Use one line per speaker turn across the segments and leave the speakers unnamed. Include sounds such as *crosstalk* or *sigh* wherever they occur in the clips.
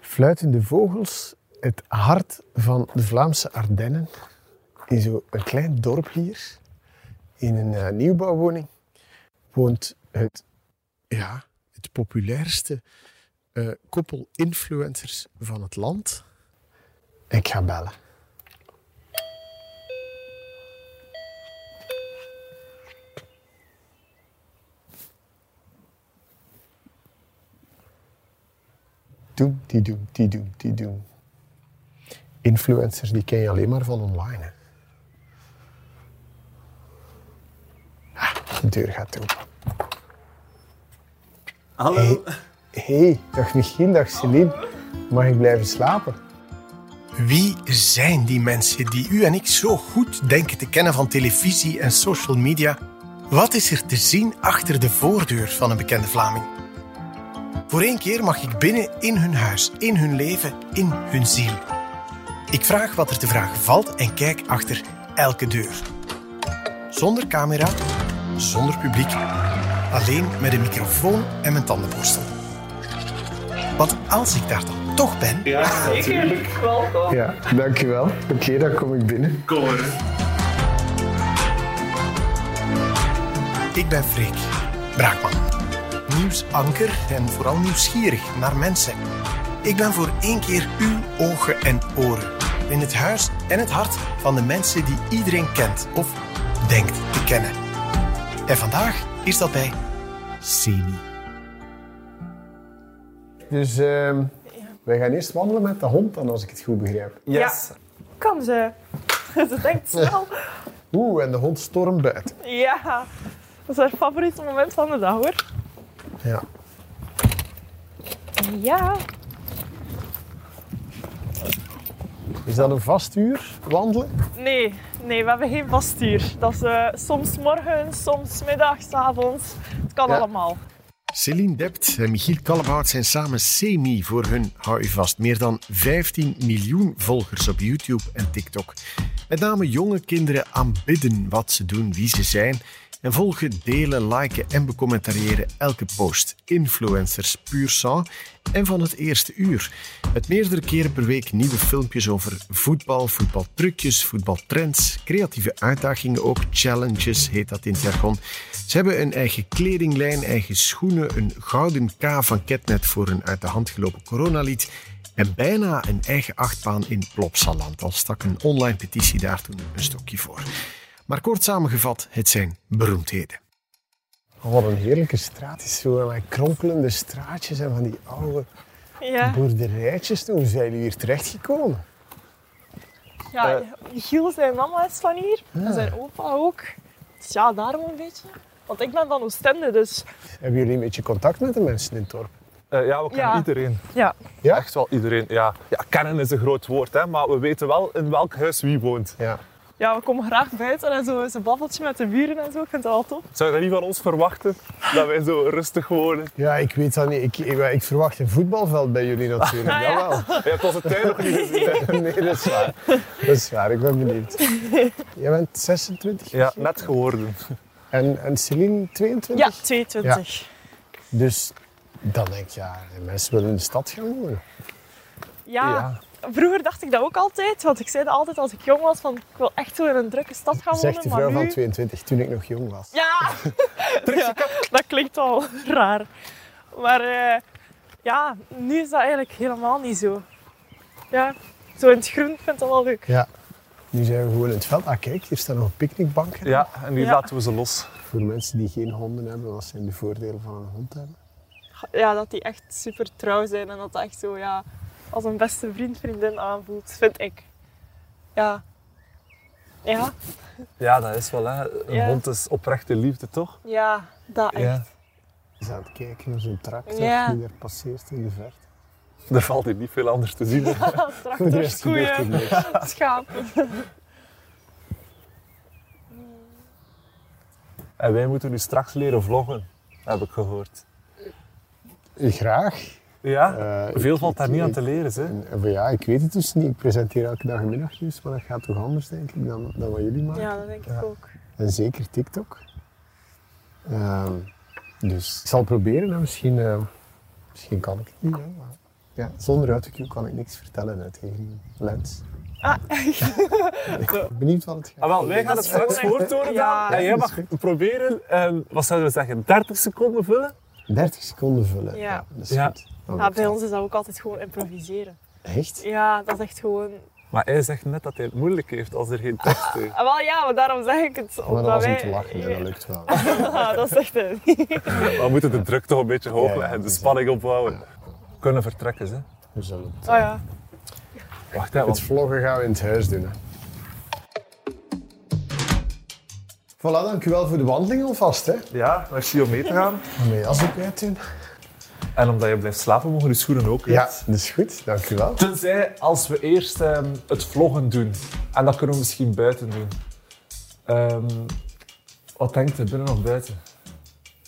fluitende vogels, het hart van de Vlaamse Ardennen. In zo'n klein dorp hier, in een eh, nieuwbouwwoning, woont het, ja, het populairste eh, koppel influencers van het land. Ik ga bellen. Doem, die doem, die doem, die doem. Influencers die ken je alleen maar van online. Hè. Ah, de deur gaat open.
Hallo.
hey, dag Michiel, dag Celine. Mag ik blijven slapen? Wie zijn die mensen die u en ik zo goed denken te kennen van televisie en social media? Wat is er te zien achter de voordeur van een bekende Vlaming? Voor één keer mag ik binnen in hun huis, in hun leven, in hun ziel. Ik vraag wat er te vragen valt en kijk achter elke deur. Zonder camera, zonder publiek, alleen met een microfoon en mijn tandenborstel. Want als ik daar dan toch ben, *laughs* ja, dankjewel. Oké, dan kom ik binnen.
Kom maar.
Ik ben Freek Braakman. Nieuwsanker en vooral nieuwsgierig naar mensen. Ik ben voor één keer uw ogen en oren. In het huis en het hart van de mensen die iedereen kent of denkt te kennen. En vandaag is dat bij Semi. Dus wij gaan eerst wandelen met de hond dan, als ik het goed begrijp.
Yes.
Kan ze. *laughs* ze denkt snel.
Oeh, en de hond stormt buiten.
Ja. Dat is haar favoriete moment van de dag hoor.
Ja.
Ja.
Is dat een vast uur wandelen?
Nee, nee, we hebben geen vast uur. Dat is eh, soms morgen, soms middags, avonds. Het kan
Ja.
allemaal.
Céline Dept en Michiel Kallebout zijn samen semi voor hun, hou u vast, meer dan 15 miljoen volgers op YouTube en TikTok. Met name jonge kinderen aanbidden wat ze doen, wie ze zijn en volgen, delen, liken en becommentariëren elke post. Influencers puur sang en van het eerste uur. Met meerdere keren per week nieuwe filmpjes over voetbal, voetbaltrucjes, voetbaltrends, creatieve uitdagingen ook, challenges heet dat in het jargon. Ze hebben een eigen kledinglijn, eigen schoenen, een gouden K van Ketnet voor een uit de hand gelopen coronalied en bijna een eigen achtbaan in Plopsaland. Al stak een online petitie daar toen een stokje voor. Maar kort samengevat, het zijn beroemdheden. Wat een heerlijke straat is zo. Mijn kronkelende straatjes en van die oude
Ja.
boerderijtjes. Hoe zijn jullie hier terechtgekomen?
ja Giel, zijn mama is van hier. En zijn opa ook. Dus ja, daarom een beetje. Want ik ben van Oostende, dus
Hebben jullie een beetje contact met de mensen in het dorp?
Eh, ja, we kennen
Ja.
iedereen.
ja.
Ja?
Echt wel iedereen. Ja. ja, kennen is een groot woord, hè, maar we weten wel in welk huis wie woont.
Ja.
Ja, we komen graag buiten en zo is een babbeltje met de buren en zo. Ik vind dat wel top.
Zou je dat niet van ons verwachten? Dat wij zo rustig wonen.
Ja, ik weet dat niet. Ik, ik, ik verwacht een voetbalveld bij jullie natuurlijk.
Ah, ja.
Jawel.
Je hebt onze tuin nog niet gezien.
Nee, dat is waar. Dat is waar, ik ben benieuwd. Jij bent 26
Ja, net geworden.
en, en Celine 22?
Ja, 22.
Dus dan denk ik, ja, de mensen willen in de stad gaan wonen.
ja. Vroeger dacht ik dat ook altijd, want ik zei dat altijd als ik jong was, van ik wil echt zo in een drukke stad gaan wonen,
Zegt de
maar
vrouw
nu...
van 22 toen ik nog jong was. *laughs*
Ja! ja, dat klinkt al raar. Maar eh, ja, nu is dat eigenlijk helemaal niet zo. Ja, zo in het groen vind ik dat wel leuk.
Ja. Nu zijn we gewoon in het veld. Ah, kijk, hier staan nog een picknickbank.
Ja, en nu
Ja.
laten we ze los.
Voor mensen die geen honden hebben, wat zijn de voordelen van een hond hebben?
Ja, dat die echt super trouw zijn en dat dat echt zo ja, als een beste vriend, vriendin aanvoelt, vind ik. Ja. Ja,
Ja, dat is wel hè. Een
Ja.
hond is oprechte liefde, toch?
ja, dat echt. *laughs*
Ja.
Ze aan het kijken naar zo'n tractor
Ja.
die daar passeert in de verte.
Er valt hier niet veel anders te
*laughs*
zien.
Voor de
Tractors,
rest gebeurt er
koeien,
niks.
schapen.
En wij moeten nu straks leren vloggen, heb ik gehoord.
Graag.
Ja?
Eh,
veel
ik-
valt daar
ik-
niet aan
ik-
te leren, hè?
En, eh, maar ja, ik weet het dus niet. Ik presenteer elke dag een middagnieuws, maar dat gaat toch anders, denk ik, dan, dan wat jullie maken.
Ja, dat denk ik ook.
En zeker TikTok. Ehm, dus ik zal proberen en misschien, eh, misschien kan ik het niet. hè, maar
Ja, zonder autocue kan ik niks vertellen hè, tegen Lens.
*laughs*
Ah, ik ben benieuwd wat het gaat.
Ah, wel, wij gaan het straks voortdoen
Ja.
en jij mag proberen, ehm, wat zouden we zeggen, 30 seconden vullen?
30 seconden vullen.
Ja.
Ja, dat is
Ja.
goed. Dan
Ja,
lukt
bij
dat.
ons is dat ook altijd gewoon improviseren.
Echt?
Ja, dat is echt gewoon...
Maar hij zegt net dat hij het moeilijk heeft als er geen tekst *laughs* is.
Ah, wel ja, maar daarom zeg ik het.
Maar
omdat
dat was om
wij-
te lachen, hè, dat lukt wel.
*laughs* Ah, dat is echt *laughs* een...
We moeten de druk toch een beetje hoog
Ja, ja,
leggen, de
dat is-
spanning opbouwen. We kunnen vertrekken, hè.
We zullen het,
Oh ja.
Wacht, hè,
het
want
vloggen gaan we in het huis doen. Hè. Voilà, dankjewel voor de wandeling alvast. Hè.
ja, merci om mee te gaan.
Ga je jas ook uit doen?
En omdat je blijft slapen, mogen je schoenen ook uit.
Ja, dat is goed. Dankjewel.
Tenzij als we eerst ehm, het vloggen doen. En dat kunnen we misschien buiten doen. Ehm, wat denkt u, binnen of buiten?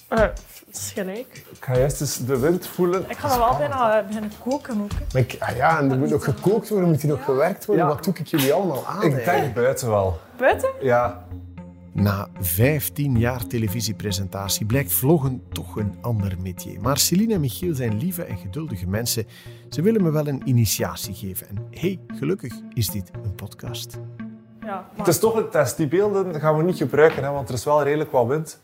Eh, dat is gelijk.
Ik ga eerst eens de wind voelen.
Ik ga nog wel bijna eh, beginnen koken ook. hè.
Maar ik- ah ja, en er moet nog gekookt worden, moet hier nog gewerkt worden.
Ja.
Wat doe ik jullie allemaal aan?
Ik denk buiten wel.
Buiten?
Ja.
Na 15 jaar televisiepresentatie blijkt vloggen toch een ander métier. Maar Celine en Michiel zijn lieve en geduldige mensen. Ze willen me wel een initiatie geven. En hey, gelukkig is dit een podcast.
Ja, maar...
Het is toch een test. Die beelden gaan we niet gebruiken, hè, want er is wel redelijk wat wind.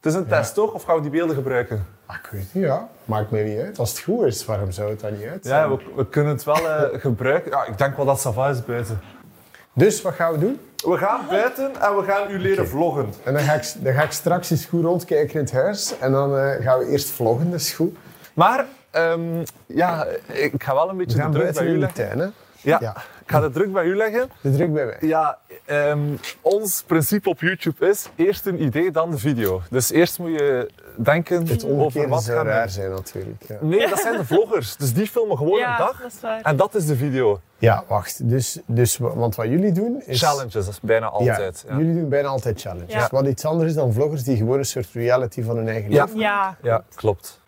Het is een test, toch? Of gaan we die beelden gebruiken?
Ah, ik weet niet, ja. Maakt mij niet uit. Als het goed is, waarom zou het dan niet uit zijn?
Ja, we, we kunnen het wel *laughs* eh, gebruiken. Ja, ik denk wel dat Sava is buiten.
Dus wat gaan we doen?
We gaan buiten en we gaan u leren vloggen.
En dan ga, ik, dan ga ik straks eens goed rondkijken in het huis. En dan eh, gaan we eerst vloggen, dat is goed.
Maar, ehm, ja, ik ga wel een
We
beetje de
gaan
druk bij
buiten
u
in de
leggen.
tuin, hè.
Ja,
Ja.
ik ga de druk bij u leggen.
De druk bij mij.
Ja, ehm, ons principe op YouTube is eerst een idee, dan de video. Dus eerst moet je denken
Het
over
omgekeerde
wat
zou
gaan
raar
we...
zijn, natuurlijk. Ja,
Nee, dat zijn de vloggers. Dus die filmen gewoon
ja,
een dag
dat is waar.
en dat is de video.
Ja, wacht. Dus, dus, wa- want wat jullie doen is...
Challenges, dat is bijna
Ja,
altijd. Ja, ja.
jullie doen bijna altijd challenges.
Ja.
Wat iets anders is dan vloggers die gewoon een soort reality van hun eigen
Ja.
leven.
Ja.
klopt.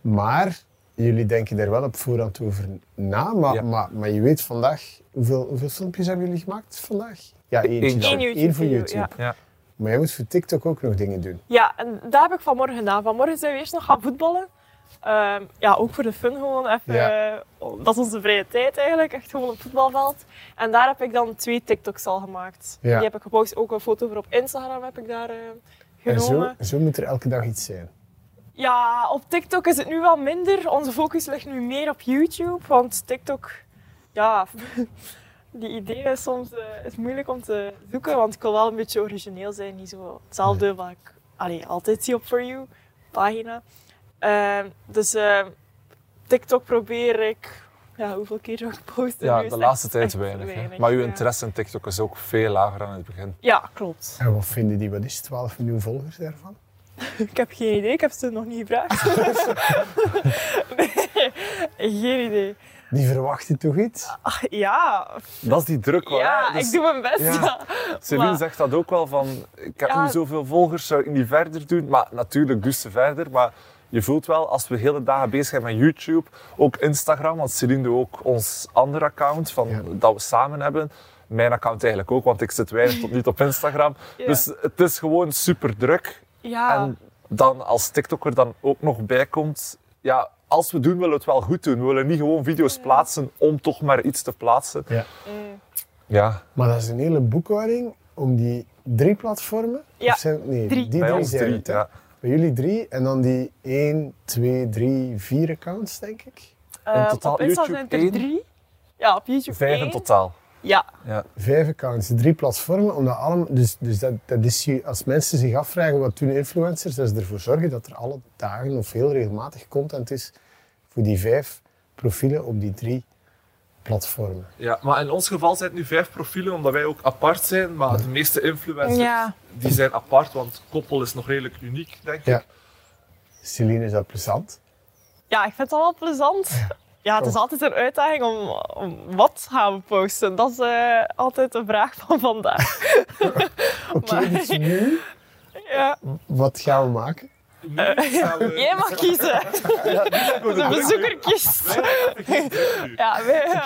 Maar jullie denken daar wel op voorhand over na. Maar,
Ja.
maar, maar je weet vandaag... Hoeveel, hoeveel filmpjes hebben jullie gemaakt vandaag? Ja, eentje.
Eentje.
dan.
Eén YouTube.
Eén voor
video,
YouTube.
Ja.
Maar jij moet voor TikTok ook nog dingen doen.
ja, en dat heb ik vanmorgen gedaan. Vanmorgen zijn we eerst nog gaan voetballen. Ehm, ja, ook voor de fun gewoon even.
Ja.
eh, dat is onze vrije tijd eigenlijk. Echt gewoon op voetbalveld. En daar heb ik dan twee TikToks al gemaakt.
Ja.
Die heb ik gepost. Ook een foto voor op Instagram heb ik daar eh,
En
genomen.
zo, zo moet er elke dag iets zijn.
Ja, op TikTok is het nu wel minder. Onze focus ligt nu meer op YouTube, want TikTok, ja, *laughs* die ideeën soms eh, is moeilijk om te zoeken, want ik wil wel een beetje origineel zijn, niet zo hetzelfde wat ik allee, altijd zie op For You pagina. Ehm, dus eh, TikTok probeer ik, ja, hoeveel keer zou ik posten?
Ja,
Nu is
de
het
laatste
echt-
tijd
echt
weinig. hè. Maar uw
ja.
interesse in TikTok is ook veel lager dan in het begin.
Ja, klopt.
En wat vinden die, wat is het, 12 miljoen volgers daarvan?
*laughs* Ik heb geen idee, ik heb ze nog
*laughs*
niet gevraagd. *laughs* nee, geen idee.
Die verwachten toch iets?
*laughs* Ja,
Dat is die druk wel.
ja
hè. Dus
ik doe mijn best.
ja.
Ja.
Celine
maar-
zegt dat ook wel van, ik heb
Ja.
nu zoveel volgers, zou ik niet verder doen? Maar natuurlijk doe ze verder, maar je voelt wel, als we hele dagen bezig zijn met YouTube, ook Instagram, want Celine doet ook ons andere account, van,
Ja.
dat we samen hebben. Mijn account eigenlijk ook, want ik zit weinig tot niet op Instagram.
Ja.
Dus het is gewoon super druk.
Ja.
En dan als TikToker dan ook nog bij komt, ja, als we doen, willen we het wel goed doen. We willen niet gewoon video's plaatsen om toch maar iets te plaatsen.
Ja.
Mm.
Ja,
Maar dat is een hele boekhouding om die drie platformen.
Ja,
Of zijn, nee,
drie.
die
bij
drie
ons
zijn
drie.
het, hè?
Ja.
Bij jullie drie en dan die 1, 2, 3, 4 accounts, denk ik.
Eh,
totaal
op Insta
YouTube
zijn het er
één.
drie. Ja, op YouTube
Vijf in
één.
totaal.
Ja,
Vijf accounts, drie platformen. Omdat allemaal, dus dus dat, dat is, je- als mensen zich afvragen wat doen influencers, dat is ervoor zorgen dat er alle dagen of heel regelmatig content is voor die vijf profielen op die drie platformen.
Ja, maar in ons geval zijn het nu vijf profielen, omdat wij ook apart zijn. Maar de meeste influencers
Ja.
die zijn apart, want koppel is nog redelijk uniek, denk
Ja.
ik.
Celine, is dat plezant?
ja, ik vind het wel plezant. Ja, het is altijd een uitdaging om, om wat gaan we posten. Dat is eh, altijd de vraag van vandaag.
Oké,
Maar-
dus nu,
Ja.
wat gaan we maken?
*laughs* Jij mag kiezen. De bezoeker kiest. Ja, wij-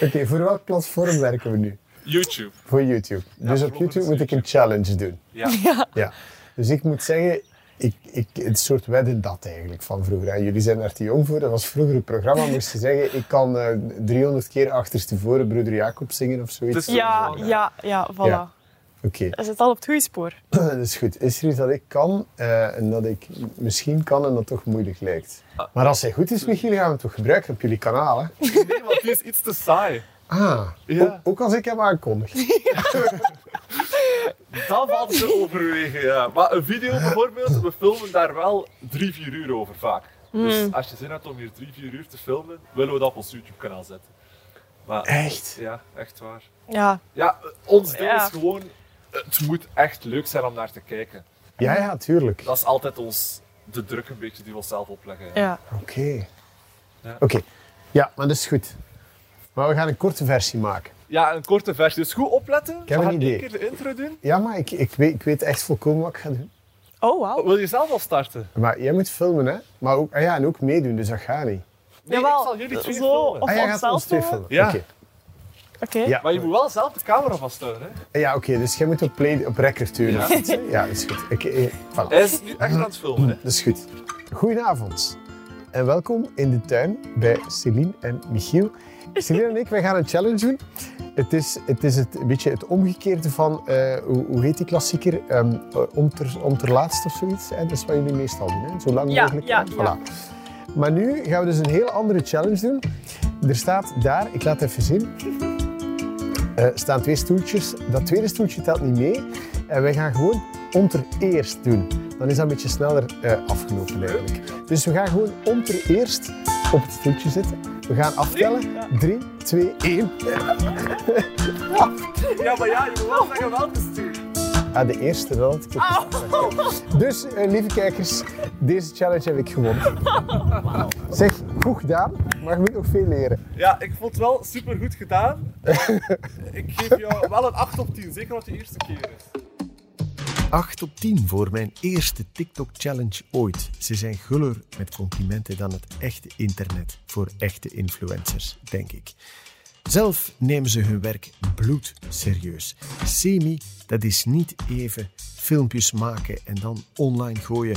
Oké, voor welk platform werken we nu?
YouTube.
Voor YouTube. dus op
vloggen
YouTube
is
moet ik een challenge doen.
Ja.
Ja. Dus ik moet zeggen, ik, ik, het soort wedden dat eigenlijk van vroeger. En jullie zijn daar te jong voor. Dat was vroeger een programma, moest je zeggen, ik kan eh, 300 keer achterstevoren Broeder Jacob zingen of zoiets.
Het is-
Ja,
Voilà.
ja, ja, voilà.
Ja. Oké. *clears throat*
Hij zit al op het goede spoor.
dat is goed. Is er iets dat ik kan eh, en dat ik misschien kan en dat toch moeilijk lijkt? Maar als hij goed is, Michiel, gaan we hem toch gebruiken op jullie kanaal, hè?
Nee, want die is iets te saai.
Ah,
Ja.
ook, ook als ik hem aankondig.
Dat valt te overwegen, ja. Maar een video bijvoorbeeld, we filmen daar wel drie, vier uur over vaak.
Hmm.
Dus als je zin hebt om hier drie, vier uur te filmen, willen we dat op ons YouTube-kanaal zetten. Maar
Echt?
ja, echt waar.
Ja,
Ja, ons deel
Ja.
is gewoon, het moet echt leuk zijn om naar te kijken.
Ja, ja, tuurlijk.
Dat is altijd ons, de druk een beetje die we onszelf opleggen. ja.
ja.
Oké.
Ja.
Oké. Ja, maar dat is goed. Maar we gaan een korte versie maken.
Ja, een korte versie. Dus goed opletten. Ik
heb
we
een
gaan
idee.
één keer de intro doen.
Ja, maar ik, ik, weet, ik weet echt volkomen wat ik ga doen.
Oh, wauw.
Wil je zelf al starten?
Maar jij moet filmen, hè? Maar ook, ah ja, en ook meedoen, dus dat gaat niet.
Nee,
Jawel,
ik zal jullie twee
zo.
filmen.
Of
ah, jij
ons
gaat
zelf
ons twee
filmen?
filmen?
Ja.
Oké.
Oké. *laughs*
Ja.
Maar je moet wel zelf de camera vasthouden, hè.
Ja, oké, dus jij moet op, play, op record duwen.
Ja.
of iets, hè? Ja, dat is goed. Oké, eh, voilà.
Hij is nu echt aan het filmen, hè.
Dat is goed. Goedenavond en welkom in de tuin bij Celine en Michiel. Celine en ik, wij gaan een challenge doen. Het is, het, is het, een beetje het omgekeerde van, eh, hoe, hoe heet die klassieker? Ehm, eh, om, ter, om ter laatst of zoiets. Hè? Dat is wat jullie meestal doen, hè? zo lang
Ja,
mogelijk.
ja,
hè?
ja.
Voilà. Maar nu gaan we dus een heel andere challenge doen. Er staat daar, ik laat het even zien, eh, staan twee stoeltjes. Dat tweede stoeltje telt niet mee. En wij gaan gewoon onter eerst doen. Dan is dat een beetje sneller eh, afgelopen eigenlijk. Dus we gaan gewoon onter eerst op het stoeltje zitten. We gaan aftellen. 3, 2, 1.
Ja, maar ja, je moet wel zeggen welke stuur.
Ah, de eerste wel. Ik heb
Ah.
het gezegd. Dus, eh, lieve kijkers, deze challenge heb ik gewonnen. Zeg, goed gedaan, maar je moet nog veel leren.
Ja, ik vond het wel super goed gedaan. Eh, ik geef jou wel een 8 op 10, zeker wat de eerste keer is.
8 op 10 voor mijn eerste TikTok-challenge ooit. Ze zijn guller met complimenten dan het echte internet voor echte influencers, denk ik. Zelf nemen ze hun werk bloedserieus. Semi, dat is niet even filmpjes maken en dan online gooien.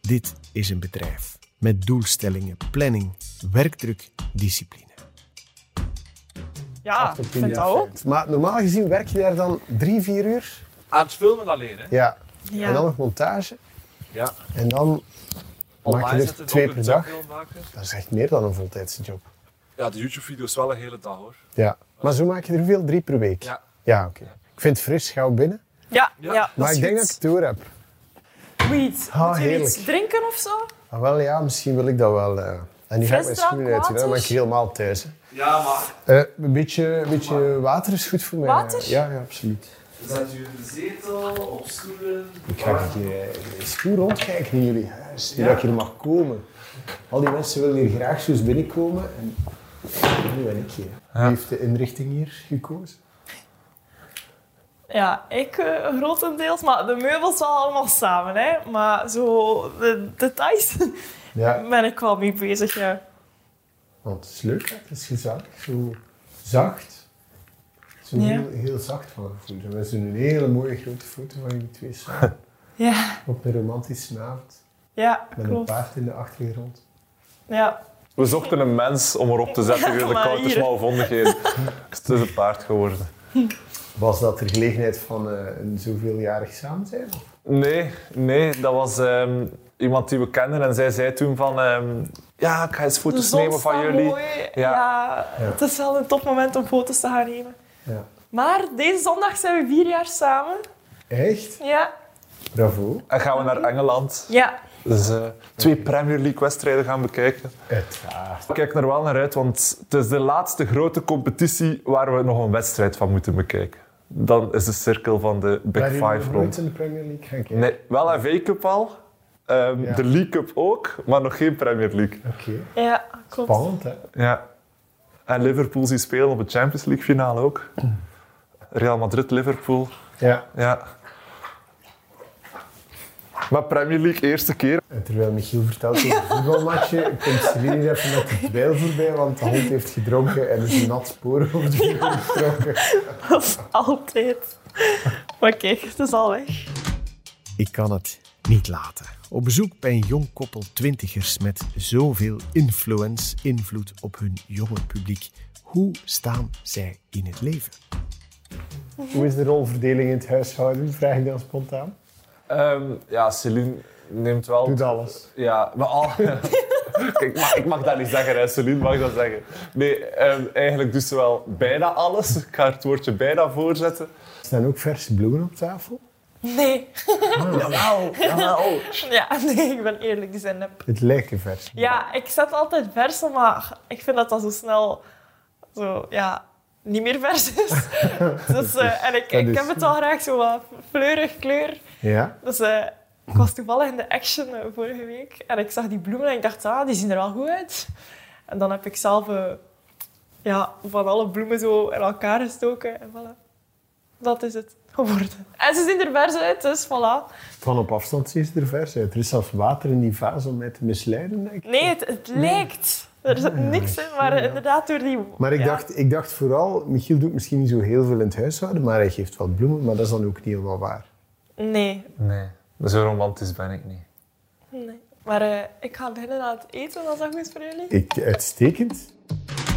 Dit is een bedrijf met doelstellingen, planning, werkdruk, discipline.
Ja,
Acht op
ik
tien,
vind
ja.
dat ook.
Maar normaal gezien werk je daar dan drie, vier uur.
Aan het filmen alleen, hè?
Ja.
Ja.
En dan nog montage.
Ja.
En dan maak je
nog
er twee
een
per dag.
thumbnail maken.
Dat is echt meer dan een voltijdse job.
Ja, de YouTube-video is wel een hele dag, hoor.
Ja. Maar zo maak je er hoeveel? Drie per week?
Ja.
oké. Ik vind het fris gauw binnen.
Ja,
Ja.
ja.
Maar ik denk dat ik het door heb.
Weed.
Ah,
Moet je
heerlijk.
iets drinken of zo?
Ah, wel ja, misschien wil ik dat wel. eh. En nu ga ik mijn
Frisdrank,
schoenen uitdoen, hè. dan ben ik
water?
helemaal thuis. hè.
Ja, maar...
Eh, een beetje, een beetje water is goed voor mij.
Water?
Ja, ja, absoluut.
Zet je in de zetel, op stoelen...
Ik ga eens hier eh, eens goed rondkijken in jullie huis, hier dat ik hier mag komen. Al die mensen willen hier graag zo eens binnenkomen. En nu ben ik hier. Wie heeft de inrichting hier gekozen?
Ja, ik eh, grotendeels. Maar de meubels wel allemaal samen, hè. Maar zo de details
Ja,
*laughs* ben ik wel mee bezig, ja.
want het is leuk, hè. het is gezellig, zo zacht. Zo
Ja.
heel, heel zacht van gevoel. En we zien een hele mooie grote foto van jullie twee
*laughs*
samen.
Ja,
Op een romantische avond,
ja
met een
klopt.
paard in de achtergrond.
Ja.
We zochten een mens om erop te
*laughs*
zetten,
Ja, maar
Koud is
hier. *laughs*
malvondigheden. het is een paard geworden.
Was dat de gelegenheid van eh, een zoveeljarig samen zijn?
Nee, nee, dat was ehm, iemand die we kenden en zij zei toen van... ehm, ja, ik ga eens
De
foto's
zon
nemen van
staat
jullie.
mooi. Ja. Het is wel een topmoment om foto's te gaan nemen.
Ja.
Maar deze zondag zijn we vier jaar samen.
Echt?
Ja.
Bravo.
En gaan we naar Engeland.
Ja.
Dus eh, twee Premier League-wedstrijden gaan bekijken.
Uiteraard.
Ik kijk er wel naar uit, want het is de laatste grote competitie waar we nog een wedstrijd van moeten bekijken. Dan is de cirkel van de Big
Ben je nog
Five
nooit
rond.
in de Premier League gaan kijken?
Nee, wel FA Cup al. ehm,
Ja.
De League Cup ook, maar nog geen Premier League.
Oké.
Ja, klopt. *laughs*
Spannend, hè?
Ja. En Liverpool zien spelen op de Champions League finale ook. Real Madrid-Liverpool.
Ja.
Ja. Maar Premier League eerste keer.
En terwijl Michiel vertelt over
*laughs*
het voetbalmatje, komt Celine hier even met de dweil voorbij, want de hond heeft gedronken en er is een nat spoor over de vloer getrokken.
Dat is altijd. Maar kijk, het is al weg.
Ik kan het. niet laten. Op bezoek bij een jong koppel twintigers met zoveel influence, invloed op hun jonge publiek. Hoe staan zij in het leven?
Hoe is de rolverdeling in het huishouden? Vraag ik dan spontaan.
Ehm, ja, Celine neemt wel...
Doet alles.
Ja, maar al... *laughs* Kijk, ik mag, ik mag dat niet zeggen, hè. Celine mag dat zeggen. Nee, ehm, eigenlijk doet ze wel bijna alles. Ik ga het woordje bijna voorzetten.
Staan ook verse bloemen op tafel?
Nee.
Jawel, jawel.
Ja, *laughs* nee, ik ben eerlijk, die zijn nep.
Het lijken vers.
Ja, ik zet altijd versen, maar ik vind dat dat zo snel zo, ja, niet meer vers
*laughs*
is. dus, eh, en ik,
Dat
ik
is-
heb het wel graag zo wat fleurig kleur.
Ja?
Dus eh, ik was toevallig in de action eh, vorige week en ik zag die bloemen en ik dacht, ah, die zien er wel goed uit. En dan heb ik zelf eh, ja, van alle bloemen zo in elkaar gestoken en voilà. Dat is het geworden. En ze zien er vers uit, dus voilà.
Van op afstand zie je er vers uit. Er is zelfs water in die vaas om mij te misleiden, denk ik.
Nee, het, het lijkt. Er zit niks in, maar inderdaad door die...
Maar ik,
ja.
dacht, ik dacht vooral, Michiel doet misschien niet zo heel veel in het huishouden, maar hij geeft wat bloemen, maar dat is dan ook niet helemaal waar.
Nee,
Nee, zo romantisch ben ik niet.
nee. Maar eh, ik ga beginnen aan het eten, als dat goed is voor jullie.
Ik, uitstekend.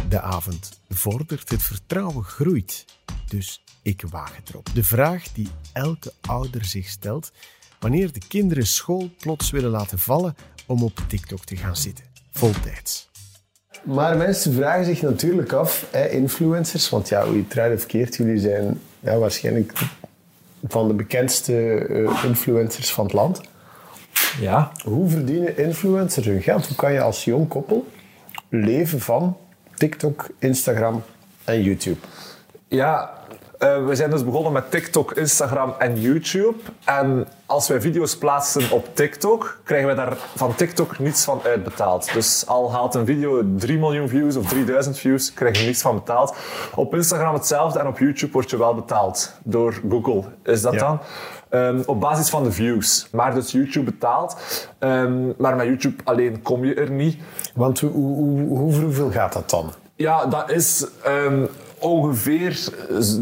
De avond vordert, het vertrouwen groeit. Dus ik waag het erop. De vraag die elke ouder zich stelt wanneer de kinderen school plots willen laten vallen om op TikTok te gaan zitten. Voltijds.
Maar mensen vragen zich natuurlijk af, hè, influencers, want ja, hoe je het draait of keert, jullie zijn ja, waarschijnlijk van de bekendste eh, influencers van het land.
Ja.
Hoe verdienen influencers hun geld? Hoe kan je als jong koppel leven van TikTok, Instagram en YouTube?
Ja, eh, we zijn dus begonnen met TikTok, Instagram en YouTube. En als wij video's plaatsen op TikTok, krijgen wij daar van TikTok niets van uitbetaald. Dus al haalt een video 3 miljoen views of 3000 views, krijg je niets van betaald. Op Instagram hetzelfde en op YouTube word je wel betaald. Door Google is dat
Ja.
dan. Ehm, op basis van de views. Maar dus YouTube betaalt. Ehm, maar met YouTube alleen kom je er niet.
Want hoe, hoe, hoe, hoe- hoeveel gaat dat dan?
Ja, dat is ehm, ongeveer,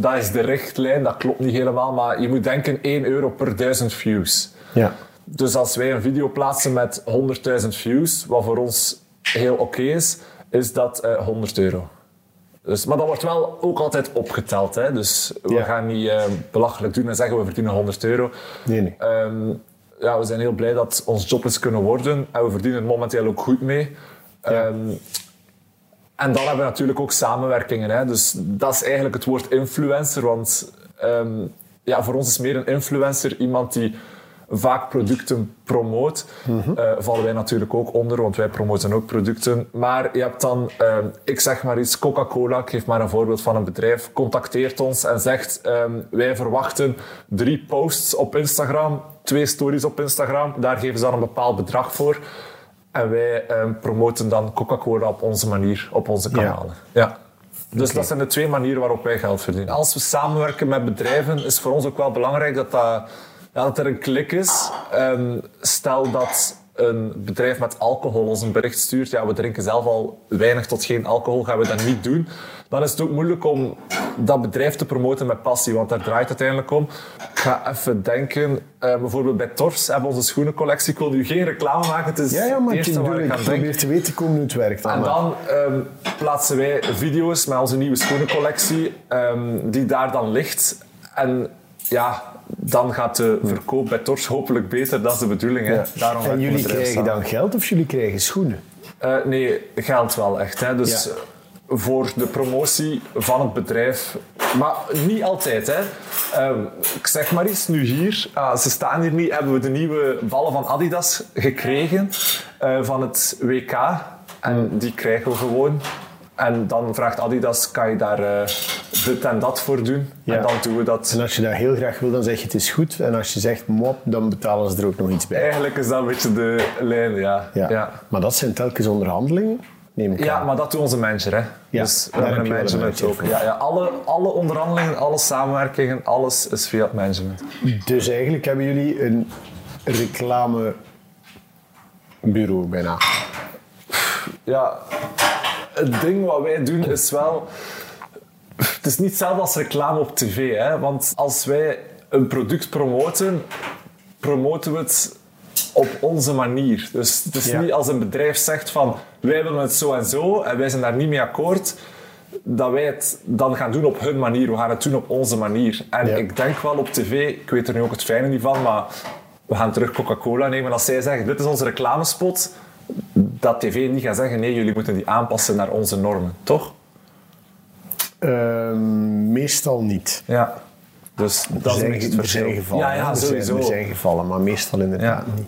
dat is de richtlijn, dat klopt niet helemaal, maar je moet denken 1 euro per 1000 views.
Ja.
Dus als wij een video plaatsen met 100.000 views, wat voor ons heel oké is, is dat eh, 100 euro. Dus, maar dat wordt wel ook altijd opgeteld. Hè? Dus we
Ja.
gaan niet eh, belachelijk doen en zeggen we verdienen 100 euro.
Nee, nee.
Ehm, ja, we zijn heel blij dat ons job is kunnen worden en we verdienen er momenteel ook goed mee. Ehm, en dan hebben we natuurlijk ook samenwerkingen. Hè? Dus dat is eigenlijk het woord influencer. Want ehm, ja, voor ons is meer een influencer iemand die vaak producten promoot. Eh, vallen wij natuurlijk ook onder, want wij promoten ook producten. Maar je hebt dan, ehm, ik zeg maar iets, Coca-Cola, ik geef maar een voorbeeld van een bedrijf, contacteert ons en zegt: ehm, Wij verwachten drie posts op Instagram, twee stories op Instagram. Daar geven ze dan een bepaald bedrag voor. En wij ehm, promoten dan Coca-Cola op onze manier, op onze kanalen. Ja. Dus dat zijn de twee manieren waarop wij geld verdienen. Als we samenwerken met bedrijven, is voor ons ook wel belangrijk dat, dat, ja, dat er een klik is. Ehm, stel dat een bedrijf met alcohol ons een bericht stuurt, ja, we drinken zelf al weinig tot geen alcohol, gaan we dat niet doen. Dan is het ook moeilijk om dat bedrijf te promoten met passie, want daar draait het uiteindelijk om. Ik ga even denken, eh, bijvoorbeeld bij Torfs hebben we onze schoenencollectie. Ik wil nu geen reclame maken, het is
Ja, ja, maar
het
ik,
eerste
bedoel,
waar ik
ik
aan denk.
probeer te weten hoe het werkt.
En
allemaal.
dan ehm, plaatsen wij video's met onze nieuwe schoenencollectie, ehm, die daar dan ligt. En ja, dan gaat de verkoop bij Tors hopelijk beter. Dat is de bedoeling. Hè. Daarom
en
werken we
jullie
met bedrijven
krijgen dan geld of jullie krijgen schoenen?
eh, nee, geld wel echt. Hè. Dus
Ja.
eh, voor de promotie van het bedrijf. Maar Ah, niet altijd. Hè. Ehm, ik zeg maar iets, nu hier. ah, ze staan hier niet. Hebben we de nieuwe ballen van Adidas gekregen eh, van het WK. En die krijgen we gewoon. En dan vraagt Adidas, kan je daar eh, dit en dat voor doen?
Ja.
En dan doen we dat.
En als je dat heel graag wil, dan zeg je het is goed. En als je zegt mop, dan betalen ze er ook nog iets bij.
Eigenlijk is dat een beetje de lijn, ja.
Ja. Maar dat zijn telkens onderhandelingen, neem ik
Ja,
aan.
maar dat doet onze manager, hè.
Ja,
dus we
daar
hebben
heb
een
je wel een
management ook.
manager
Ja, ja, alle, alle onderhandelingen, alle samenwerkingen, alles is via het management.
Dus eigenlijk hebben jullie een reclamebureau bijna.
Ja, het ding wat wij doen is wel... Het is niet hetzelfde als reclame op tv, hè. Want als wij een product promoten, promoten we het
op onze manier. Dus het is
Ja.
niet als een bedrijf zegt van wij willen het zo en zo en wij zijn daar niet mee akkoord, dat wij het dan gaan doen op hun manier. We gaan het doen op onze manier. En
Ja.
ik denk wel op tv, ik weet er nu ook het fijne niet van, maar we gaan terug Coca-Cola nemen. Als zij zeggen dit is onze reclamespot, dat tv niet gaat zeggen nee, jullie moeten die aanpassen naar onze normen, toch?
Ehm,
Meestal niet.
Ja. Dus dat is een beetje het
er zijn
verschil.
gevallen.
Ja,
hè.
ja,
er, zijn,
sowieso.
er zijn gevallen, maar meestal inderdaad
Ja.
niet.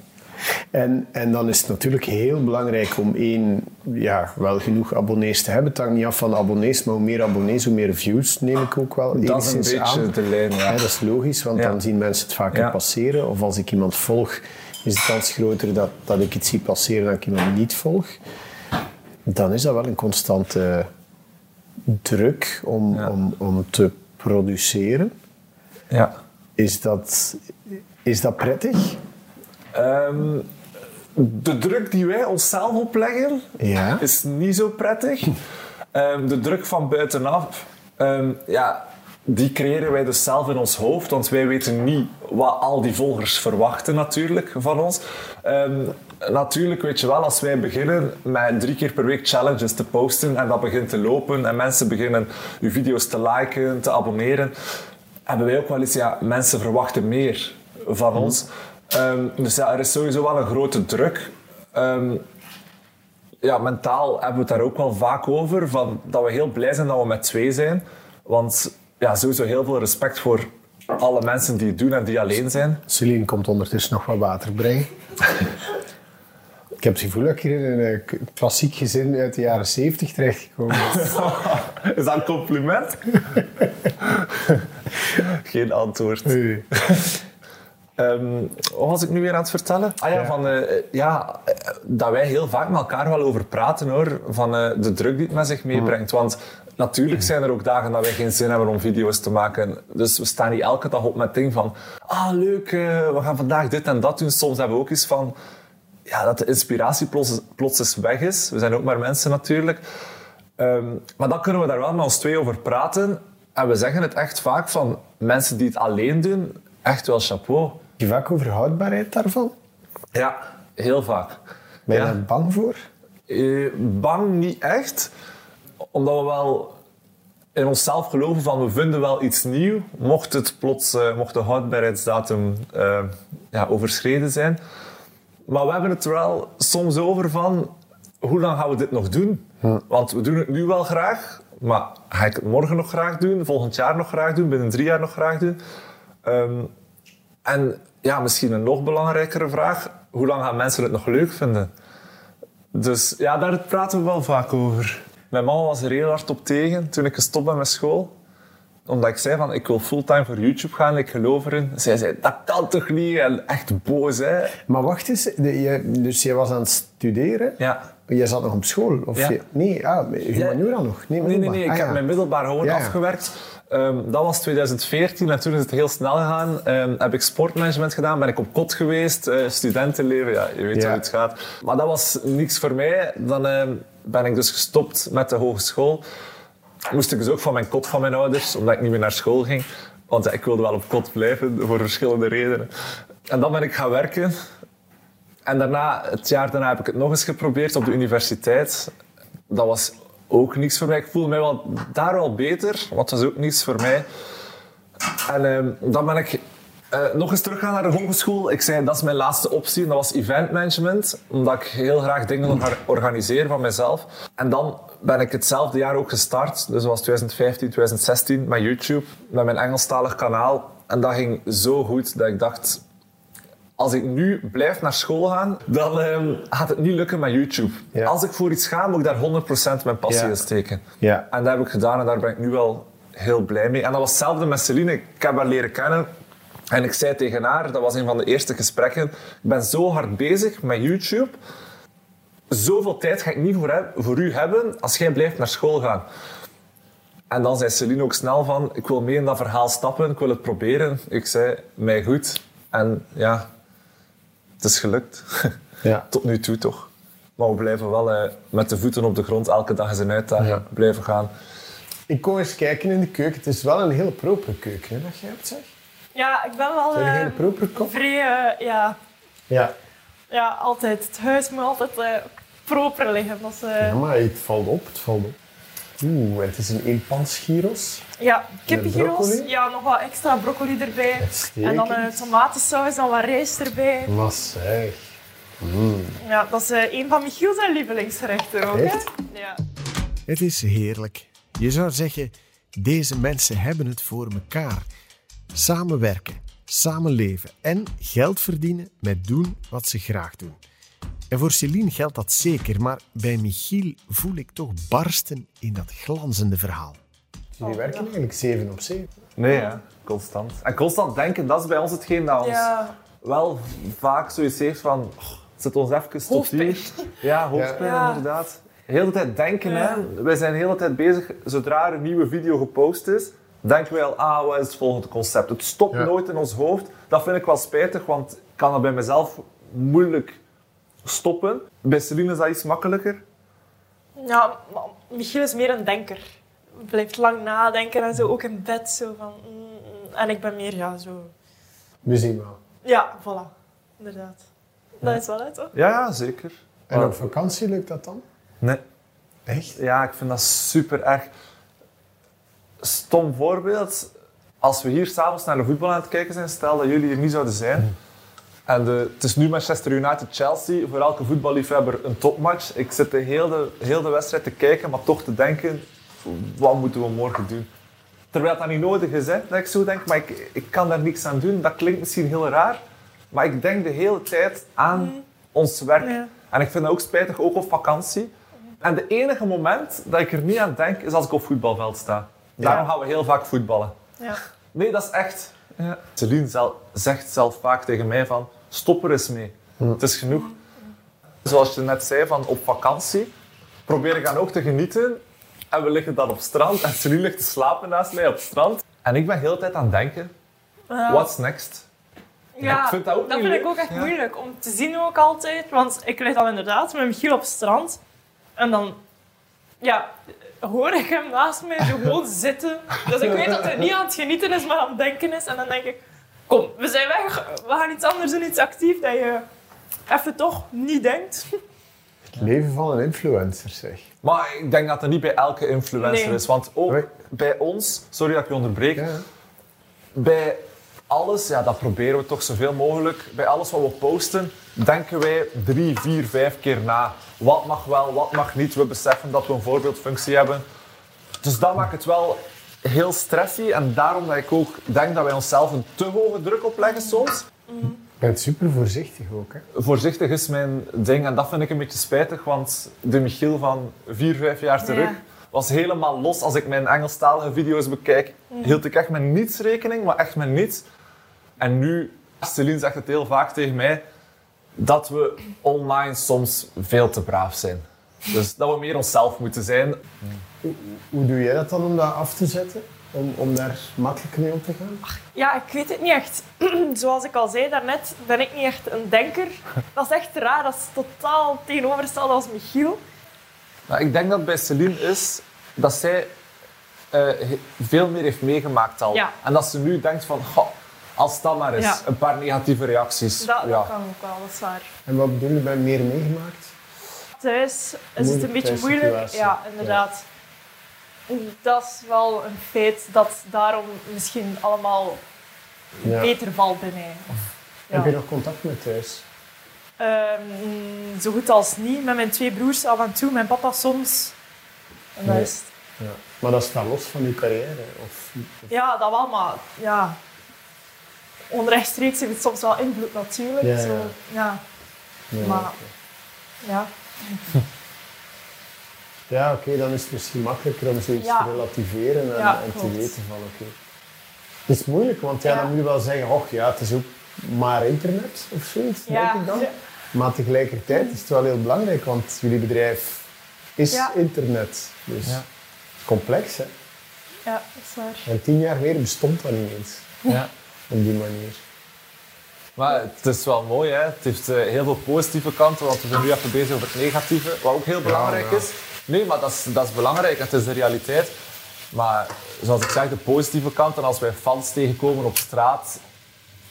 En, en dan is het natuurlijk heel belangrijk om één, ja, wel genoeg abonnees te hebben. Het hangt niet af van de abonnees, maar hoe meer abonnees, hoe meer views neem ik ook wel
Dat is een
enigszins
beetje
aan.
de lijn, ja.
Hè, dat is logisch, want
Ja.
dan zien mensen het vaker
Ja.
passeren. Of als ik iemand volg, is de kans groter dat, dat ik iets zie passeren dan ik iemand niet volg. Dan is dat wel een constante druk om,
Ja.
om, om te produceren.
Ja.
Is dat, is dat prettig?
Ehm, de druk die wij onszelf opleggen
Ja.
is niet zo prettig. Ehm, de druk van buitenaf, ehm, ja, die creëren wij dus zelf in ons hoofd, want wij weten niet wat al die volgers verwachten natuurlijk van ons. Ehm, natuurlijk weet je wel, als wij beginnen met drie keer per week challenges te posten en dat begint te lopen en mensen beginnen uw video's te liken, te abonneren, hebben wij ook wel eens, ja, mensen verwachten meer van ons. Ehm, dus ja, er is sowieso wel een grote druk. Ehm, ja, mentaal hebben we het daar ook wel vaak over. Van, dat we heel blij zijn dat we met twee zijn. Want ja, sowieso heel veel respect voor alle mensen die het doen en die alleen zijn.
Celine komt ondertussen nog wat water brengen. ik heb het gevoel dat ik hier in een eh, k- klassiek gezin uit de jaren zeventig terechtgekomen ben.
*laughs* Is dat een compliment? *laughs* Geen antwoord.
Nee.
*laughs* Ehm, wat was ik nu weer aan het vertellen? Ah ja, Van, eh, ja eh, dat wij heel vaak met elkaar wel over praten hoor. Van eh, de druk die het met zich
Mm.
meebrengt. Want natuurlijk zijn er ook dagen dat wij geen zin hebben om video's te maken. Dus we staan niet elke dag op met het ding van... Ah, leuk, eh, we gaan vandaag dit en dat doen. Soms hebben we ook iets van... Ja, dat de inspiratie plots, plots eens weg is. We zijn ook maar mensen natuurlijk. Ehm, maar dan kunnen we daar wel met ons twee over praten. En we zeggen het echt vaak van mensen die het alleen doen, echt wel chapeau.
Je vaak over houdbaarheid daarvan?
Ja, heel vaak.
Ben je
Ja.
daar bang voor?
Eh, bang niet echt, omdat we wel in onszelf geloven van we vinden wel iets nieuw. Mocht, het plots, eh, mocht de houdbaarheidsdatum eh, ja, overschreden zijn. Maar we hebben het er wel soms over van hoe lang gaan we dit nog doen? Want we doen het nu wel graag, maar ga ik het morgen nog graag doen? Volgend jaar nog graag doen? Binnen drie jaar nog graag doen? Ehm, en ja, misschien een nog belangrijkere vraag. Hoe lang gaan mensen het nog leuk vinden? Dus ja, daar praten we wel vaak over. Mijn mama was er heel hard op tegen toen ik gestopt ben met school. Omdat ik zei van, ik wil fulltime voor YouTube gaan, ik geloof erin. Zij zei, dat kan toch niet? En echt boos, hè?
Maar wacht eens, de- je, dus je was aan het studeren?
Ja.
Je zat nog op school? Of
Ja.
je, nee, ah, humaniora nog? Nee,
Nee, nee,
middelbaar.
nee. Ik
Ah,
heb
ja.
mijn middelbaar gewoon
Ja, ja.
afgewerkt. Ehm, dat was 2014 en toen is het heel snel gegaan. Ehm, heb ik sportmanagement gedaan, ben ik op kot geweest, eh, studentenleven, ja, je weet
Ja.
hoe het gaat. Maar dat was niks voor mij. Dan ehm, ben ik dus gestopt met de hogeschool. Moest ik dus ook van mijn kot van mijn ouders, omdat ik niet meer naar school ging. Want ja, ik wilde wel op kot blijven, voor verschillende redenen. En dan ben ik gaan werken. En daarna, het jaar daarna heb ik het nog eens geprobeerd op de universiteit. Dat was ook niks voor mij. Ik voelde mij wel, daar wel beter, want dat was ook niks voor mij. En ehm, dan ben ik eh, nog eens teruggegaan naar de hogeschool. Ik zei, dat is mijn laatste optie. En dat was event management. Omdat ik heel graag dingen wil gaan organiseren van mezelf. En dan ben ik hetzelfde jaar ook gestart. Dus dat was 2015, 2016 met YouTube. Met mijn Engelstalig kanaal. En dat ging zo goed dat ik dacht, als ik nu blijf naar school gaan, dan ehm, gaat het niet lukken met YouTube.
Ja.
Als ik voor iets ga, moet ik daar 100% mijn passie
Ja.
in steken.
Ja.
En dat heb ik gedaan en daar ben ik nu wel heel blij mee. En dat was hetzelfde met Celine. Ik heb haar leren kennen. En ik zei tegen haar, dat was een van de eerste gesprekken. Ik ben zo hard bezig met YouTube. Zoveel tijd ga ik niet voor, heb- voor u hebben als jij blijft naar school gaan. En dan zei Celine ook snel van, ik wil mee in dat verhaal stappen, ik wil het proberen. Ik zei, mij goed. En ja, het is gelukt.
Ja.
Tot nu toe toch. Maar we blijven wel eh, met de voeten op de grond. Elke dag is een uitdaging. Blijven gaan.
Ik kom eens kijken in de keuken. Het is wel een heel propere keuken, hè, dat jij hebt, zeg.
Ja, ik ben wel
Een
eh,
hele propere kop.
vrij, eh, ja,
Ja.
Ja, altijd. Het huis moet altijd eh, proper liggen. Dat is, eh,
Ja, maar het valt op, het valt op. Oeh, en het is een eenpansgyros.
ja, kippengyros.
broccoli?
Ja, nog wat extra broccoli erbij.
Uitstekend.
En dan een tomatensaus, dan wat rijst erbij.
Maar zeg.
Ja, dat is eh, een van Michiel zijn lievelingsgerechten ook. Hè?
Echt?
Ja.
Het is heerlijk. Je zou zeggen, deze mensen hebben het voor elkaar. Samenwerken, samenleven en geld verdienen met doen wat ze graag doen. En voor Céline geldt dat zeker, maar bij Michiel voel ik toch barsten in dat glanzende verhaal.
Jullie werken eigenlijk 7 op 7.
Nee, ja. Constant. En constant denken, dat is bij ons hetgeen dat ons
Ja.
wel vaak zoiets heeft van... "Oh, zet ons even tot
Hoofdpijn.
hier. Ja, hoofdpijn
Ja.
inderdaad. Heel de hele tijd denken,
Ja.
hè. Wij zijn de hele tijd bezig, zodra er een nieuwe video gepost is, denken wij al, ah, wat is het volgende concept? Het stopt
Ja.
nooit in ons hoofd. Dat vind ik wel spijtig, want ik kan dat bij mezelf moeilijk stoppen. Bij Celine is dat iets makkelijker.
Ja, maar Michiel is meer een denker. Blijft lang nadenken en zo, ook in bed. Zo van, mm, mm. en ik ben meer, ja, zo.
We zien wel.
Ja, voilà. Inderdaad. Dat is wel het, hoor.
Ja, ja, zeker.
En
Maar-
op vakantie lukt dat dan?
Nee.
Echt?
Ja, ik vind dat super erg. Stom voorbeeld. Als we hier s'avonds naar de voetbal aan het kijken zijn, stel dat jullie er niet zouden zijn. En de, het is nu Manchester United-Chelsea. Voor elke voetballiefhebber een topmatch. Ik zit de hele, heel de wedstrijd te kijken, maar toch te denken... Wat moeten we morgen doen? Terwijl dat niet nodig is, hè, dat ik zo denk. Maar ik, ik kan daar niks aan doen. Dat klinkt misschien heel raar. Maar ik denk de hele tijd aan ons werk.
Mhm. Ja.
En ik vind dat ook spijtig, ook op vakantie. En de enige moment dat ik er niet aan denk, is als ik op voetbalveld sta. Daarom gaan we heel vaak voetballen.
Ja.
Nee, dat is echt... Ja. Celine zel- zegt zelf vaak tegen mij van, stop er eens mee. Het is genoeg. Zoals je net zei, van op vakantie probeer ik dan ook te genieten. En we liggen dan op strand en Celine ligt te slapen naast mij op het strand. En ik ben heel de tijd aan het denken,
Ja.
what's next?
Ja,
ik vind dat ook niet
vind ik
leuk.
ook echt moeilijk om te zien ook altijd. Want ik lig dan inderdaad met Michiel op het strand. En dan ja, hoor ik hem naast mij
*laughs*
gewoon zitten. Dus ik weet dat hij niet aan het genieten is, maar aan het denken is. En dan denk ik, kom, we zijn weg. We gaan iets anders doen, iets actief. Dat je even toch niet denkt.
Het leven van een influencer, zeg.
Maar ik denk dat dat niet bij elke influencer
Nee.
is. Want ook
Nee.
bij ons, sorry dat ik je onderbreek,
Ja.
bij alles, ja, dat proberen we toch zoveel mogelijk. Bij alles wat we posten, denken wij drie, vier, vijf keer na. Wat mag wel, wat mag niet. We beseffen dat we een voorbeeldfunctie hebben. Dus dat maakt het wel heel stressy. En daarom dat ik ook denk dat wij onszelf een te hoge druk opleggen soms.
Je bent super voorzichtig ook, hè?
Voorzichtig is mijn ding. En dat vind ik een beetje spijtig, want de Michiel van vier, vijf jaar terug...
Ja.
Was helemaal los als ik mijn Engelstalige video's bekijk.
Mhm.
Hield ik echt met niets rekening, maar echt met niets. En nu, Celine zegt het heel vaak tegen mij, dat we online soms veel te braaf zijn. Dus dat we meer onszelf moeten zijn.
Hoe doe jij dat dan om dat af te zetten? Om, om daar makkelijk mee om te gaan?
Ja, ik weet het niet echt. *clears throat* Zoals ik al zei daarnet, ben ik niet echt een denker. Dat is echt raar. Dat is totaal tegenovergesteld als Michiel.
Maar ik denk dat het bij Celine is dat zij eh, he- veel meer heeft meegemaakt al.
Ja.
En dat ze nu denkt van, "Goh, als dat maar is,
Ja.
een paar negatieve reacties.
Dat,
ja.
dat kan ook wel, dat is waar.
En wat bedoel je bij meer meegemaakt?
Thuis is het
Moeilijk
een beetje
thuissituatie.
moeilijk. Ja, inderdaad. Dat is wel een feit dat daarom misschien allemaal
Ja.
beter valt bij mij. Of, ja.
Heb je nog contact met thuis?
Ehm, zo goed als niet. Met mijn twee broers af en toe, mijn papa soms. En dat
Nee.
is,
Ja. Maar dat staat los van je carrière? Of,
ja, dat wel, maar ja. Onrechtstreeks heeft het soms wel invloed natuurlijk.
Ja,
zo,
ja.
ja.
Nee.
Maar- ja.
Ja, oké, dan is het misschien makkelijker om zoiets
Ja.
te relativeren en,
Ja,
en te
klopt.
weten van oké. Het is moeilijk, want ja,
Ja.
dan moet je wel zeggen, och ja, het is ook maar internet of zoiets,
Ja,
denk ik dan.
ja.
Maar tegelijkertijd is het wel heel belangrijk, want jullie bedrijf is
Ja.
internet. Dus
Ja.
complex, hè.
ja, dat is waar.
En tien jaar weer bestond dat niet eens,
Ja.
op die manier.
Maar het is wel mooi, hè? Het heeft eh, heel veel positieve kanten, want we zijn nu even bezig over het negatieve, wat ook heel belangrijk
ja.
is. Nee, maar dat is, dat is belangrijk, het is de realiteit. Maar zoals ik zeg, de positieve kanten, als wij fans tegenkomen op straat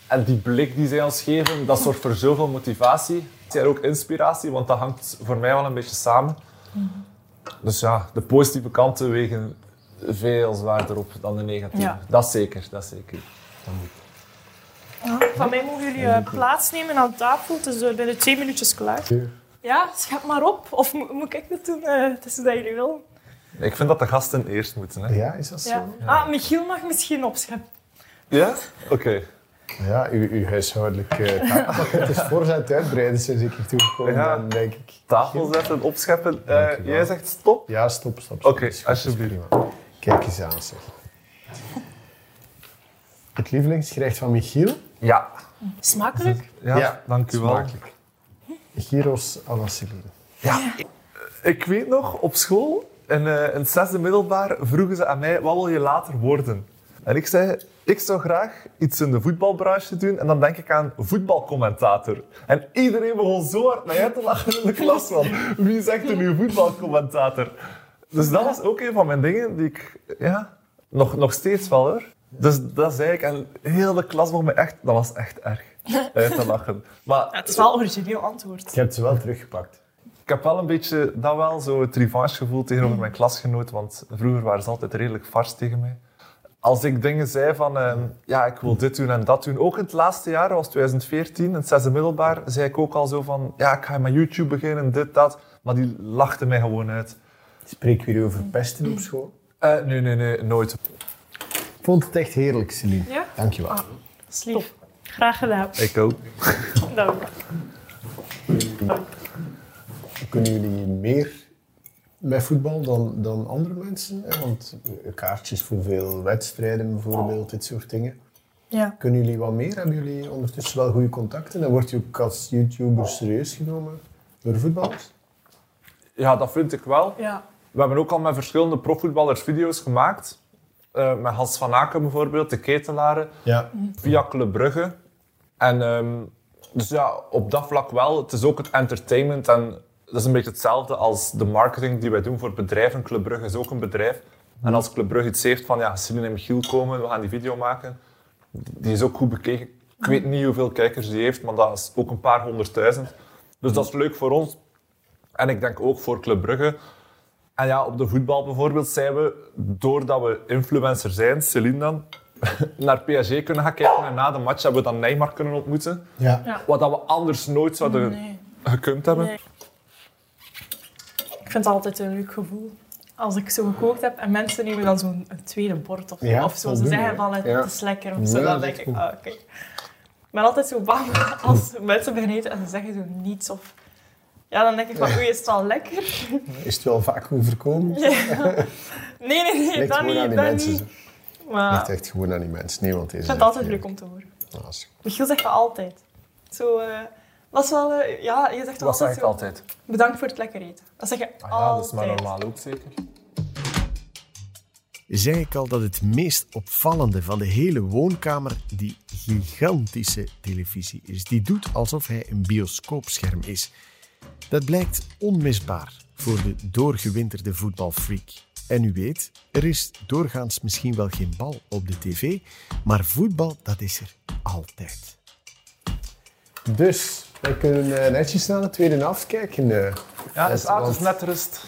En die blik die zij ons geven, dat zorgt voor zoveel motivatie. En ook inspiratie, want dat hangt voor mij wel een beetje samen.
Mhm.
Dus ja, de positieve kanten wegen veel zwaarder op dan de negatieve.
Ja.
Dat zeker, dat zeker.
Van mij mogen jullie eh, plaatsnemen aan tafel. Het is eh, binnen twee minuutjes klaar. Ja, schep maar op. Of mo- moet ik dat doen? Eh, het is hoe dat jullie willen.
Ik vind dat de gasten eerst moeten. Hè?
Ja, is dat zo?
Ja. Ah, Michiel mag misschien opscheppen.
Ja? Oké.
Ja, uw, uw huishoudelijk eh, *laughs* taakpakket is voor zijn uitbreiden sinds ik hier toegekomen
Ja.
ben, denk ik.
Tafel zetten, opscheppen. Eh,
Dankjewel.
jij zegt stop.
Ja, stop, stop. stop.
Oké,
Is goed, is
alsjeblieft.
prima. Kijk eens aan, zeg. Het lievelingsgerecht van Michiel,
Ja.
Smakelijk.
Ja,
Ja,
dank u wel.
smakelijk. gyros à la Celine.
Ik weet nog, op school, in, eh, in het zesde middelbaar, vroegen ze aan mij, wat wil je later worden? En ik zei, ik zou graag iets in de voetbalbranche doen. En dan denk ik aan voetbalcommentator. En iedereen begon zo hard naar mij te lachen in de klas van, wie zegt er nu voetbalcommentator? Dus dat was ook een van mijn dingen die ik, ja, nog, nog steeds wel hoor. Dus dat zei ik, en heel de klas begon me echt, dat was echt erg, uit te lachen. Maar
Ja, het is wel origineel antwoord.
Je hebt ze wel teruggepakt.
ik heb wel een beetje dat wel, zo het revanchegevoel tegenover mijn klasgenoot, want vroeger waren ze altijd redelijk vars tegen mij. Als ik dingen zei van, ehm, ja, ik wil dit doen en dat doen. Ook in het laatste jaar, dat was 2014, in het zesde middelbaar, zei ik ook al zo van, ja, ik ga met YouTube beginnen, dit, dat. Maar die lachten mij gewoon uit.
Spreek jullie over pesten op school?
Eh, nee, nee, nee, nooit.
Ik vond het echt heerlijk, Celine.
Ja? Ah,
Dankjewel.
Dat is lief. Graag gedaan.
Ik ook.
Dank.
Kunnen jullie meer met voetbal dan, dan andere mensen? hè? Want eh, kaartjes voor veel wedstrijden bijvoorbeeld, dit soort dingen.
Ja.
Kunnen jullie wat meer? Hebben jullie ondertussen wel goede contacten? En wordt je ook als YouTuber serieus genomen door voetballers?
Ja, dat vind ik wel.
Ja.
We hebben ook al met verschillende profvoetballers video's gemaakt. Eh, met Hans van Aken bijvoorbeeld, de ketelaren.
Ja.
via Club Brugge. En ehm, dus ja, op dat vlak wel. Het is ook het entertainment en dat is een beetje hetzelfde als de marketing die wij doen voor bedrijven. Club Brugge is ook een bedrijf. En als Club Brugge iets heeft van, ja, Celine en Michiel komen, we gaan die video maken. Die is ook goed bekeken. Ik weet niet hoeveel kijkers die heeft, maar dat is ook een paar honderdduizend. Dus dat is leuk voor ons. En ik denk ook voor Club Brugge. En ja, op de voetbal bijvoorbeeld zijn we, doordat we influencer zijn, Celine dan, naar PSG kunnen gaan kijken. En na de match hebben we dan Neymar kunnen ontmoeten.
Ja.
Wat dat we anders nooit zouden
Nee.
gekund hebben.
Nee. Ik vind het altijd een leuk gevoel. Als ik zo gekookt heb en mensen nemen dan zo'n een tweede bord of zo.
Ja,
of zo. Ze
voldoende,
zeggen
hè?
van het
Ja.
is lekker of zo.
Ja,
dan
dat is
denk ik,
goed.
ah, oké. Ik ben altijd zo bang *laughs* als mensen beginnen eten en ze zeggen zo niets. Of... Ja, dan denk ik van oei, is het wel lekker?
Is het wel vaak goed voorkomen?
Ja. Nee, nee, nee,
Ligt gewoon
dat
aan
niet.
die
Dat
mensen.
niet.
zo.
Maar
Ligt echt gewoon aan die mensen. Nee, want deze
ik vind het altijd leuk om te horen. Michiel zegt dat altijd. Zo, eh, dat is wel... eh, ja, je zegt
Dat zeg
altijd zo,
ik altijd. Ah
Bedankt voor het lekker eten. Dat zeg je
Ja, dat is
altijd.
maar normaal ook zeker.
zei ik al dat het meest opvallende van de hele woonkamer die gigantische televisie is. Die doet alsof hij een bioscoopscherm is. Dat blijkt onmisbaar voor de doorgewinterde voetbalfreak. En u weet, er is doorgaans misschien wel geen bal op de tv, maar voetbal dat is er altijd.
Dus, wij kunnen eh, netjes naar de tweede afkijken. eh.
Ja, het is
Want-
aardig, het is net rust.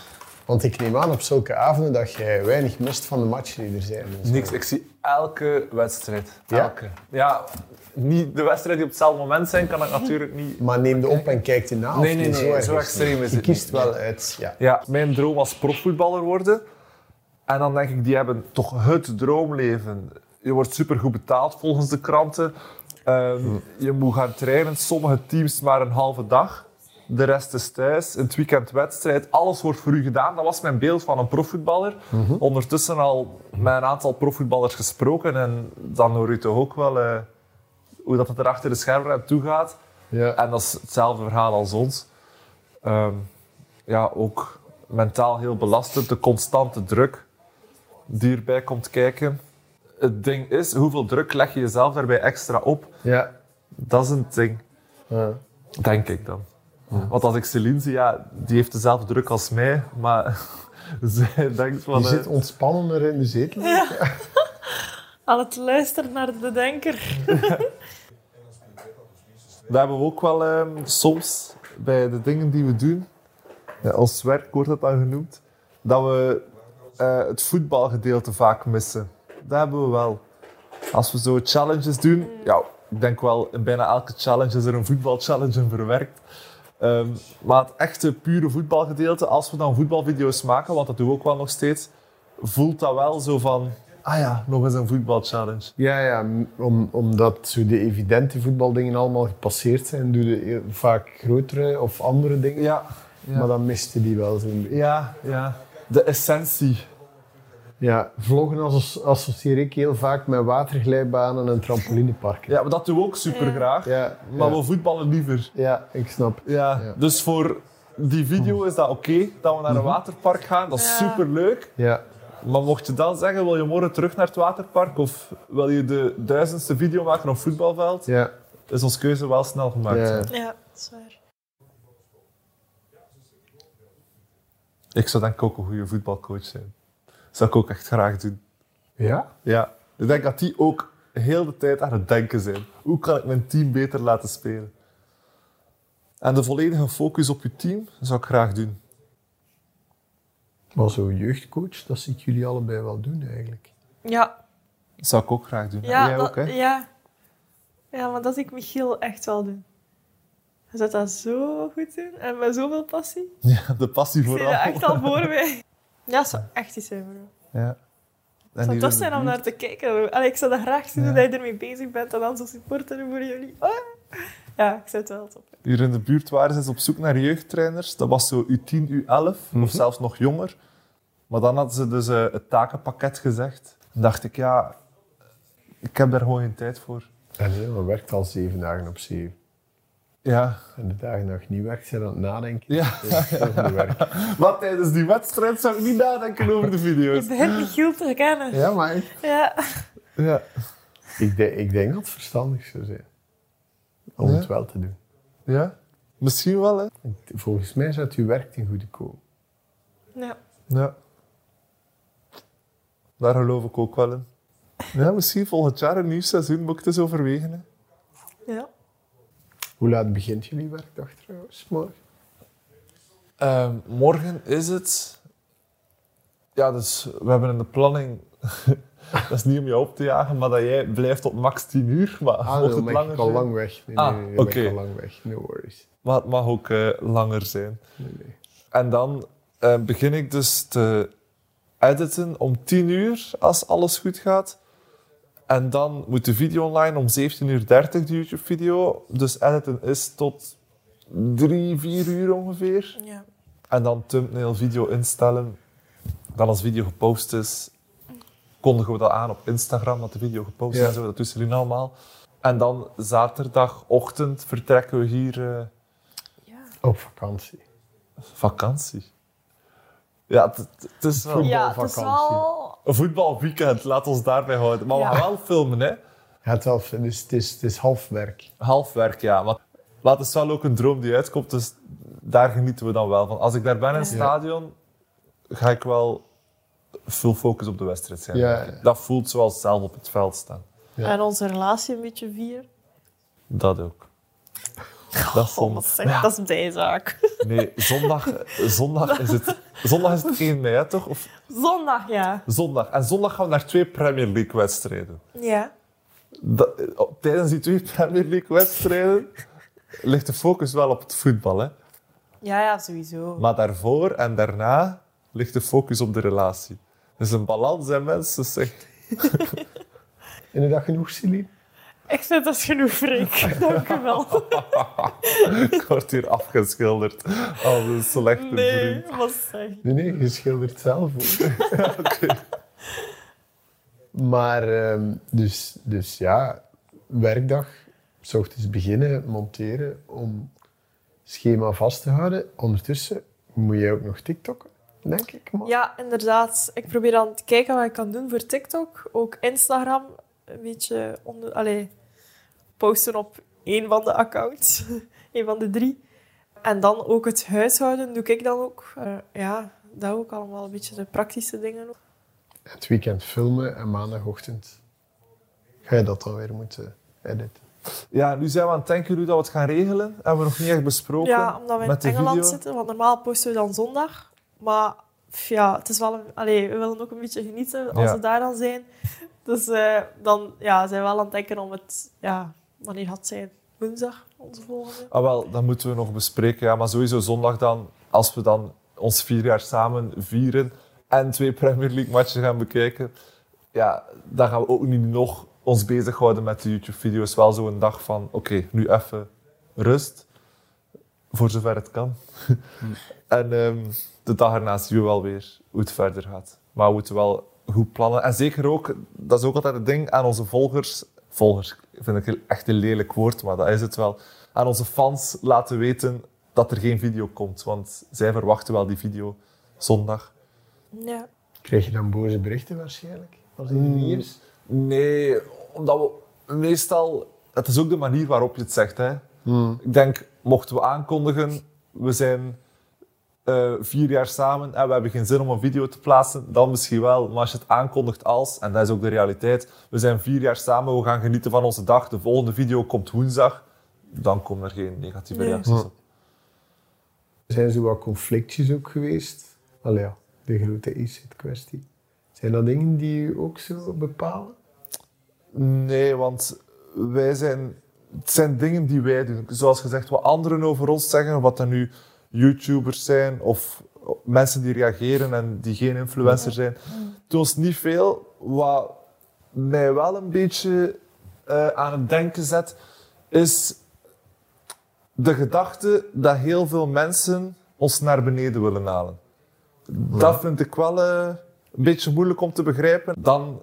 Want ik neem aan op zulke avonden dat jij weinig mist van de matchen die er zijn. en zo.
Niks, Ah, ik zie elke wedstrijd.
Ja?
Elke. Ja, niet de wedstrijd die op hetzelfde moment zijn, kan ik natuurlijk niet.
Maar neem de op en kijk die na. of
Nee, nee,
niet?
nee,
erg
zo
het
extreem
niet.
is
Je
het
kiest
niet.
wel uit, ja.
Ja, mijn droom was profvoetballer worden. En dan denk ik, die hebben toch het droomleven. Je wordt supergoed betaald volgens de kranten. Ehm, je moet gaan trainen, sommige teams maar een halve dag. De rest is thuis, in het weekend wedstrijd. Alles wordt voor u gedaan. Dat was mijn beeld van een profvoetballer. Ondertussen al met een aantal profvoetballers gesproken. En dan hoor je toch ook wel eh, hoe dat het er achter de schermen aan toe gaat.
ja.
En dat is hetzelfde verhaal als ons. Ehm, ja, ook mentaal heel belastend. De constante druk die erbij komt kijken. Het ding is, hoeveel druk leg je jezelf daarbij extra op?
ja.
Dat is een ding,
ja.
denk ik dan. Want als ik Celine zie, ja, die heeft dezelfde druk als mij, maar *laughs* zij denkt van...
Je
eh,
zit ontspannender in de
*laughs*
zetel.
Aan het luisteren naar de denker.
Dat hebben we ook wel ehm, soms bij de dingen die we doen. Ja, als werk wordt dat dan genoemd. Dat we eh, het voetbalgedeelte vaak missen. Dat hebben we wel. Als we zo challenges doen. Ja, ik denk wel, in bijna elke challenge is er een voetbalchallenge in verwerkt. Ehm, maar het echte pure voetbalgedeelte, als we dan voetbalvideo's maken, want dat doen we ook wel nog steeds, voelt dat wel zo van. Ah ja, nog eens een voetbalchallenge.
Ja, ja m- om, omdat zo de evidente voetbaldingen allemaal gepasseerd zijn, doe je heel vaak grotere of andere dingen.
Ja, ja.
Maar dan miste die wel zo'n beetje.
ja, ja. De essentie.
Ja, vloggen asso- associeer ik heel vaak met waterglijbanen en trampolineparken.
Ja, maar dat doen we ook super graag.
Ja,
Maar
ja,
we voetballen liever.
ja, ik snap.
Ja.
Ja.
Dus voor die video is dat oké dat we naar een waterpark gaan. Dat is
Ja.
super leuk.
Ja,
Maar mocht je dan zeggen, wil je morgen terug naar het waterpark of wil je de duizendste video maken op voetbalveld,
ja,
is onze keuze wel snel gemaakt.
ja.
Ja, dat is waar.
Ik zou denk ik ook een goede voetbalcoach zijn. zou ik ook echt graag doen.
Ja?
Ja. Ik denk dat die ook heel de tijd aan het denken zijn. Hoe kan ik mijn team beter laten spelen? En de volledige focus op je team zou ik graag doen.
Maar zo'n jeugdcoach, dat zie ik jullie allebei wel doen eigenlijk.
Ja,
Dat zou ik ook graag doen.
ja,
Jij
dat-
ook, hè?
ja. ja, maar dat zie ik Michiel echt wel doen. Hij zet dat zo goed in en met zoveel passie.
Ja, de passie
Ik zie
vooral.
dat echt al voor
*laughs*
mij. Ja, dat zou echt iets zijn voor mij.
Ja.
Het
En hier
zou
in
tof
de
zijn om
buurt.
naar te kijken. Allee, ik zou dat graag zien hoe dat je ermee bezig bent en dan zo supporteren voor jullie. Ah. Ja, ik zou het wel top.
Hier in de buurt waren ze eens op zoek naar jeugdtrainers. Dat was zo U10, U11 of zelfs nog jonger. Maar dan hadden ze dus eh, het takenpakket gezegd. Dan dacht ik, ja, ik heb daar gewoon geen tijd voor.
En nee, maar werkt al zeven dagen op zeven.
Ja.
En de dagen dat je niet werkt, zijn aan het nadenken.
ja.
Dat is toch niet werk.
Maar tijdens die wedstrijd zou ik niet nadenken over de
Je
video's.
begint Michiel te herkennen.
Ja, maar ik,
Ja.
Ja.
ik, denk- ik denk dat het verstandig zou zijn. Om
Ja?
het wel te doen.
ja. Misschien wel, hè?
Volgens mij zou het je werk ten goede komen.
Ja.
Ja. Daar geloof ik ook wel in. Ja, misschien volgend jaar een nieuw seizoen moet ik het eens overwegen. Hè.
ja.
Hoe laat begint jullie werkdag trouwens? Morgen?
Ehm, morgen is het. Ja, dus we hebben in de planning. *laughs* dat is niet om je op te jagen, maar dat jij blijft tot max 10 uur. Maar
Ah,
mocht
dan
het
ben
langer
ik al
zijn.
lang weg. Nee,
Ah,
nee, nee, dan ben ik
oké.
al lang weg. No worries.
Maar het mag ook eh, langer zijn.
Nee, nee.
En dan eh, begin ik dus te editen om 10 uur als alles goed gaat. En dan moet de video online om 17.30 uur, de YouTube-video. Dus editen is tot 3, 4 uur ongeveer.
ja.
En dan thumbnail video instellen. Dan als video gepost is, kondigen we dat aan op Instagram, dat de video gepost is
Ja.
en zo. Dat doen ze jullie allemaal. En dan zaterdagochtend vertrekken we hier eh,
Op vakantie.
vakantie. Ja, het- het- het is wel
Ja, het is wel...
een voetbalweekend, laat ons daarbij houden. Maar we
Ja.
gaan wel filmen, hè.
Ja, het, wel, dus het, is, het is half werk.
Half werk, ja. Maar, maar het is wel ook een droom die uitkomt, dus daar genieten we dan wel van. Als ik daar ben in het stadion, ga ik wel full focus op de wedstrijd zijn.
Ja,
denk ik.
ja.
Dat voelt zoals zelf op het veld staan.
Ja.
En onze relatie een beetje vier.
Dat ook. Dat is
Oh, wat
zondag.
zeg, Dat is een bijzaak.
Nee, zondag, zondag is het... Zondag is het 1 mei, hè, toch? Of
*laughs* Zondag, ja.
zondag. En zondag gaan we naar twee Premier League-wedstrijden.
Ja.
Dat- eh, op- Tijdens die twee Premier League-wedstrijden ligt de focus wel op het voetbal, hè.
Ja, ja, sowieso.
Maar daarvoor en daarna ligt de focus op de relatie. Dus een balans in mensen *laughs* zegt...
En is dat genoeg, Celine?
Ik vind dat is genoeg, *laughs* Freek. Dank u wel.
Ik word hier afgeschilderd als een slechte
Nee,
vriend.
wat zeg.
Nee, nee, je schildert zelf ook. Maar, ehm, dus, dus ja, werkdag, s ochtends beginnen, monteren om schema vast te houden. Ondertussen moet jij ook nog TikTokken, denk ik. Maar.
Ja, inderdaad. Ik probeer dan te kijken wat ik kan doen voor TikTok. Ook Instagram. Een beetje onder... Allee, posten op één van de accounts. *laughs* Eén van de drie. En dan ook het huishouden doe ik dan ook. Eh, ja, dat ook allemaal. Een beetje de praktische dingen. ook.
Het weekend filmen en maandagochtend ga je dat dan weer moeten editen.
Ja, nu zijn we aan het denken hoe dat we het gaan regelen. Hebben we nog niet echt besproken.
Ja, omdat we in
met de
Engeland
video.
zitten, want normaal posten we dan zondag. Maar pff, ja, het is wel een, allee, we willen ook een beetje genieten als
Ja.
we daar dan zijn. Dus eh, dan ja, zijn we wel aan het denken om het, ja, wanneer gaat het zijn? Woensdag, onze volgende.
Ah, wel, dat moeten we nog bespreken. Ja, maar sowieso zondag dan, als we dan ons vier jaar samen vieren en twee Premier League matchen gaan bekijken, ja, dan gaan we ook niet nog ons bezighouden met de YouTube-video's. Wel zo'n dag van, oké, nu even rust, voor zover het kan. en ehm, de dag erna zien we wel weer hoe het verder gaat. Maar we moeten wel goed plannen. En zeker ook, dat is ook altijd het ding, aan onze volgers... Volgers vind ik echt een lelijk woord, maar dat is het wel aan onze fans laten weten dat er geen video komt. Want zij verwachten wel die video zondag.
Ja.
Krijg je dan boze berichten waarschijnlijk? Als die er niet is?
Nee, omdat we meestal... Het is ook de manier waarop je het zegt. Hè. Ik denk, mochten we aankondigen, we zijn eh, vier jaar samen en we hebben geen zin om een video te plaatsen, dan misschien wel. Maar als je het aankondigt als, en dat is ook de realiteit, we zijn vier jaar samen, we gaan genieten van onze dag, de volgende video komt woensdag, dan komen er geen negatieve
Nee.
reacties op.
Zijn er wat conflictjes ook geweest? Allee, ja, de grote EZ-kwestie. Zijn dat dingen die u ook zo bepalen?
Nee, want wij zijn, het zijn dingen die wij doen. Zoals gezegd, wat anderen over ons zeggen, wat dan nu YouTubers zijn of mensen die reageren en die geen influencer zijn, het doet ons niet veel. Wat mij wel een beetje eh, aan het denken zet, is de gedachte dat heel veel mensen ons naar beneden willen halen. Dat vind ik wel eh, een beetje moeilijk om te begrijpen. Dan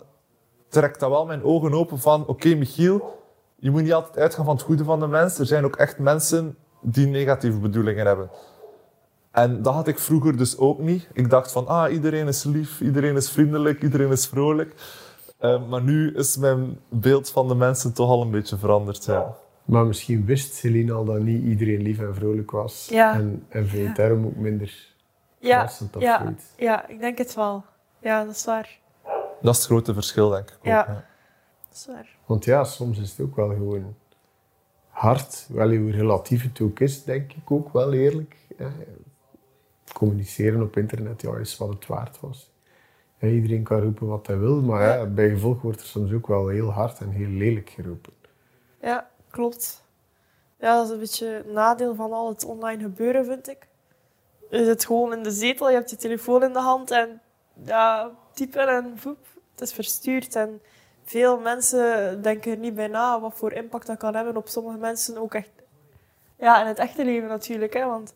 trekt dat wel mijn ogen open van, oké Michiel, je moet niet altijd uitgaan van het goede van de mens. Er zijn ook echt mensen die negatieve bedoelingen hebben. En dat had ik vroeger dus ook niet. Ik dacht van, ah, iedereen is lief, iedereen is vriendelijk, iedereen is vrolijk. Eh, maar nu is mijn beeld van de mensen toch al een beetje veranderd. Ja.
Maar misschien wist Celine al dat niet iedereen lief en vrolijk was.
Ja.
En, en vind je het daarom ook minder
Ja,
passend of
ja,
zoiets?
ja, ik denk het wel. Ja, dat is waar.
Dat is het grote verschil, denk ik. ook,
Ja.
ja.
Dat is waar.
Want ja, soms is het ook wel gewoon hard. Wel, hoe relatief het ook is, denk ik ook wel eerlijk. hè. Communiceren op internet, ja, is wat het waard was. Ja, iedereen kan roepen wat hij wil, maar ja, bij gevolg wordt er soms ook wel heel hard en heel lelijk geroepen.
Ja, klopt. Ja, dat is een beetje een nadeel van al het online gebeuren, vind ik. Je zit gewoon in de zetel, je hebt je telefoon in de hand en ja, typen en voep, het is verstuurd. En veel mensen denken er niet bij na wat voor impact dat kan hebben op sommige mensen ook echt. Ja, in het echte leven natuurlijk, hè, want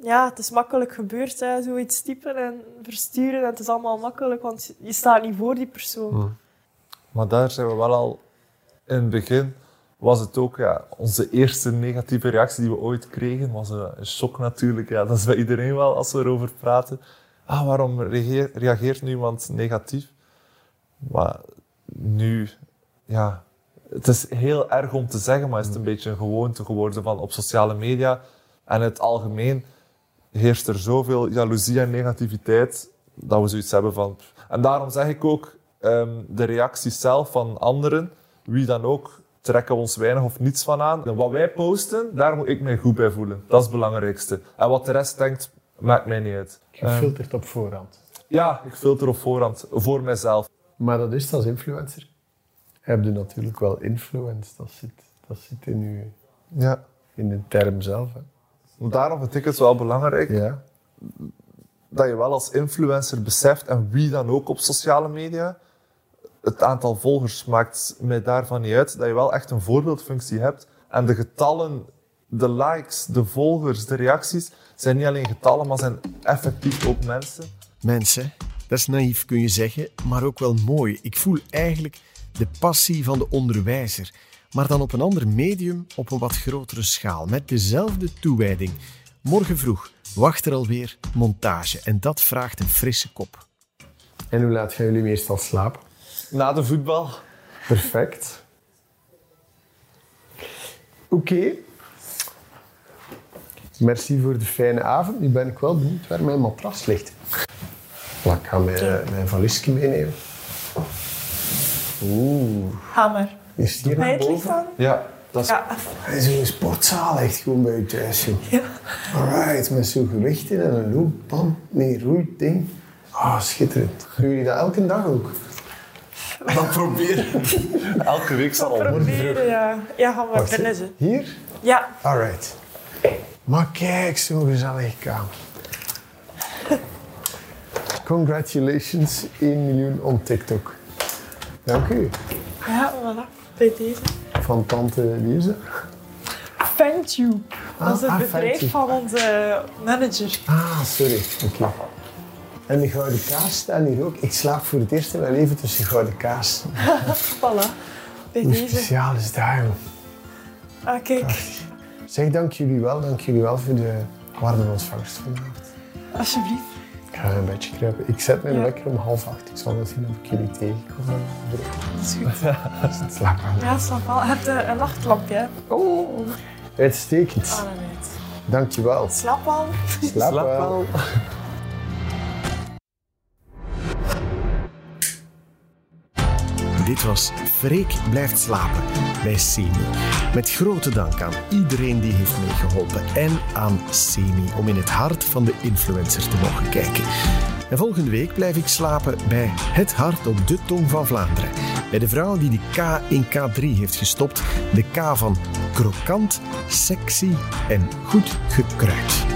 ja, het is makkelijk gebeurd, hè, zoiets typen en versturen. En het is allemaal makkelijk, want je staat niet voor die persoon.
Hmm. Maar daar zijn we wel al in het begin. Was het ook, ja, onze eerste negatieve reactie die we ooit kregen, was een, een shock natuurlijk. Ja, dat is bij iedereen wel als we erover praten. Ah, waarom reageer- reageert nu iemand negatief? Maar nu, ja, het is heel erg om te zeggen, maar is het een beetje een gewoonte geworden van op sociale media en in het algemeen heerst er zoveel jaloezie en negativiteit dat we zoiets hebben van. En daarom zeg ik ook, ehm, de reacties zelf van anderen, wie dan ook, trekken we ons weinig of niets van aan. En wat wij posten, daar moet ik mij goed bij voelen. Dat is het belangrijkste. En wat de rest denkt, maakt mij niet uit. Ehm,
Gefilterd op voorhand.
ja, ik filter op voorhand voor mijzelf.
Maar dat is het als influencer. Heb je natuurlijk wel influence, dat zit, dat zit in, uw,
Ja.
in de term zelf. Hè.
Daarom vind ik het wel belangrijk
Ja.
dat je wel als influencer beseft, en wie dan ook op sociale media, het aantal volgers maakt mij daarvan niet uit, dat je wel echt een voorbeeldfunctie hebt. En de getallen, de likes, de volgers, de reacties, zijn niet alleen getallen, maar zijn effectief ook mensen.
Mensen, dat is naïef kun je zeggen, maar ook wel mooi. Ik voel eigenlijk de passie van de onderwijzer, maar dan op een ander medium, op een wat grotere schaal, met dezelfde toewijding. Morgen vroeg wacht er alweer montage en dat vraagt een frisse kop.
En hoe laat gaan jullie meestal slapen?
Na de voetbal.
Perfect. Oké. Merci voor de fijne avond. Nu ben ik wel benieuwd waar mijn matras ligt. Maar ik ga mijn, mijn valiesje meenemen. Oeh,
Hamer.
Is hier
Bij
naar
het
boven?
licht aan?
Ja, dat is
Ja, *laughs*
Dat is een sportzaal echt gewoon bij je thuis, joh. Alright, met zo'n gewicht in en een loop, bam, nee, roeit, ding. Ah, schitterend. Doen jullie dat elke dag ook?
dan proberen. Elke week zal al.
proberen, ja. Ja, gaan we
Wacht,
binnen ze.
Hier?
Ja,
Alright. Maar kijk, zo'n gezellige kamer. *laughs* Congratulations, 1 miljoen op TikTok. Dank u.
ja, voilà. Bij deze.
Van tante Lisa.
Fantube. Dat is het
Ah, ah,
bedrijf
Fantube.
van onze manager.
Ah, sorry. Oké. En die gouden kaas staan hier ook. Ik slaap voor het eerst in mijn leven tussen gouden kaas.
Voilà. Bij
Hoe
deze.
speciaal is dat, joh?
Ah, kijk.
Zeg dank jullie wel, dank jullie wel voor de warme ontvangst vanavond.
Alsjeblieft.
Ik ga een beetje kruipen. Ik zet mijn
Ja.
wekker om half acht. Ik zal wel zien of ik jullie tegenkom.
Dat is
*laughs*
goed.
Slaap aan.
Ja, slaap wel. Je hebt eh, een nachtlampje, hè.
Uitstekend.
Ah, nee, het-
Dankjewel.
Slaap al.
Slaap wel.
Dit was Freek blijft slapen bij Semi. Met grote dank aan iedereen die heeft meegeholpen en aan Semi om in het hart van de influencer te mogen kijken. En volgende week blijf ik slapen bij Het Hart op de Tong van Vlaanderen. Bij de vrouw die de K in K3 heeft gestopt. De K van krokant, sexy en goed gekruid.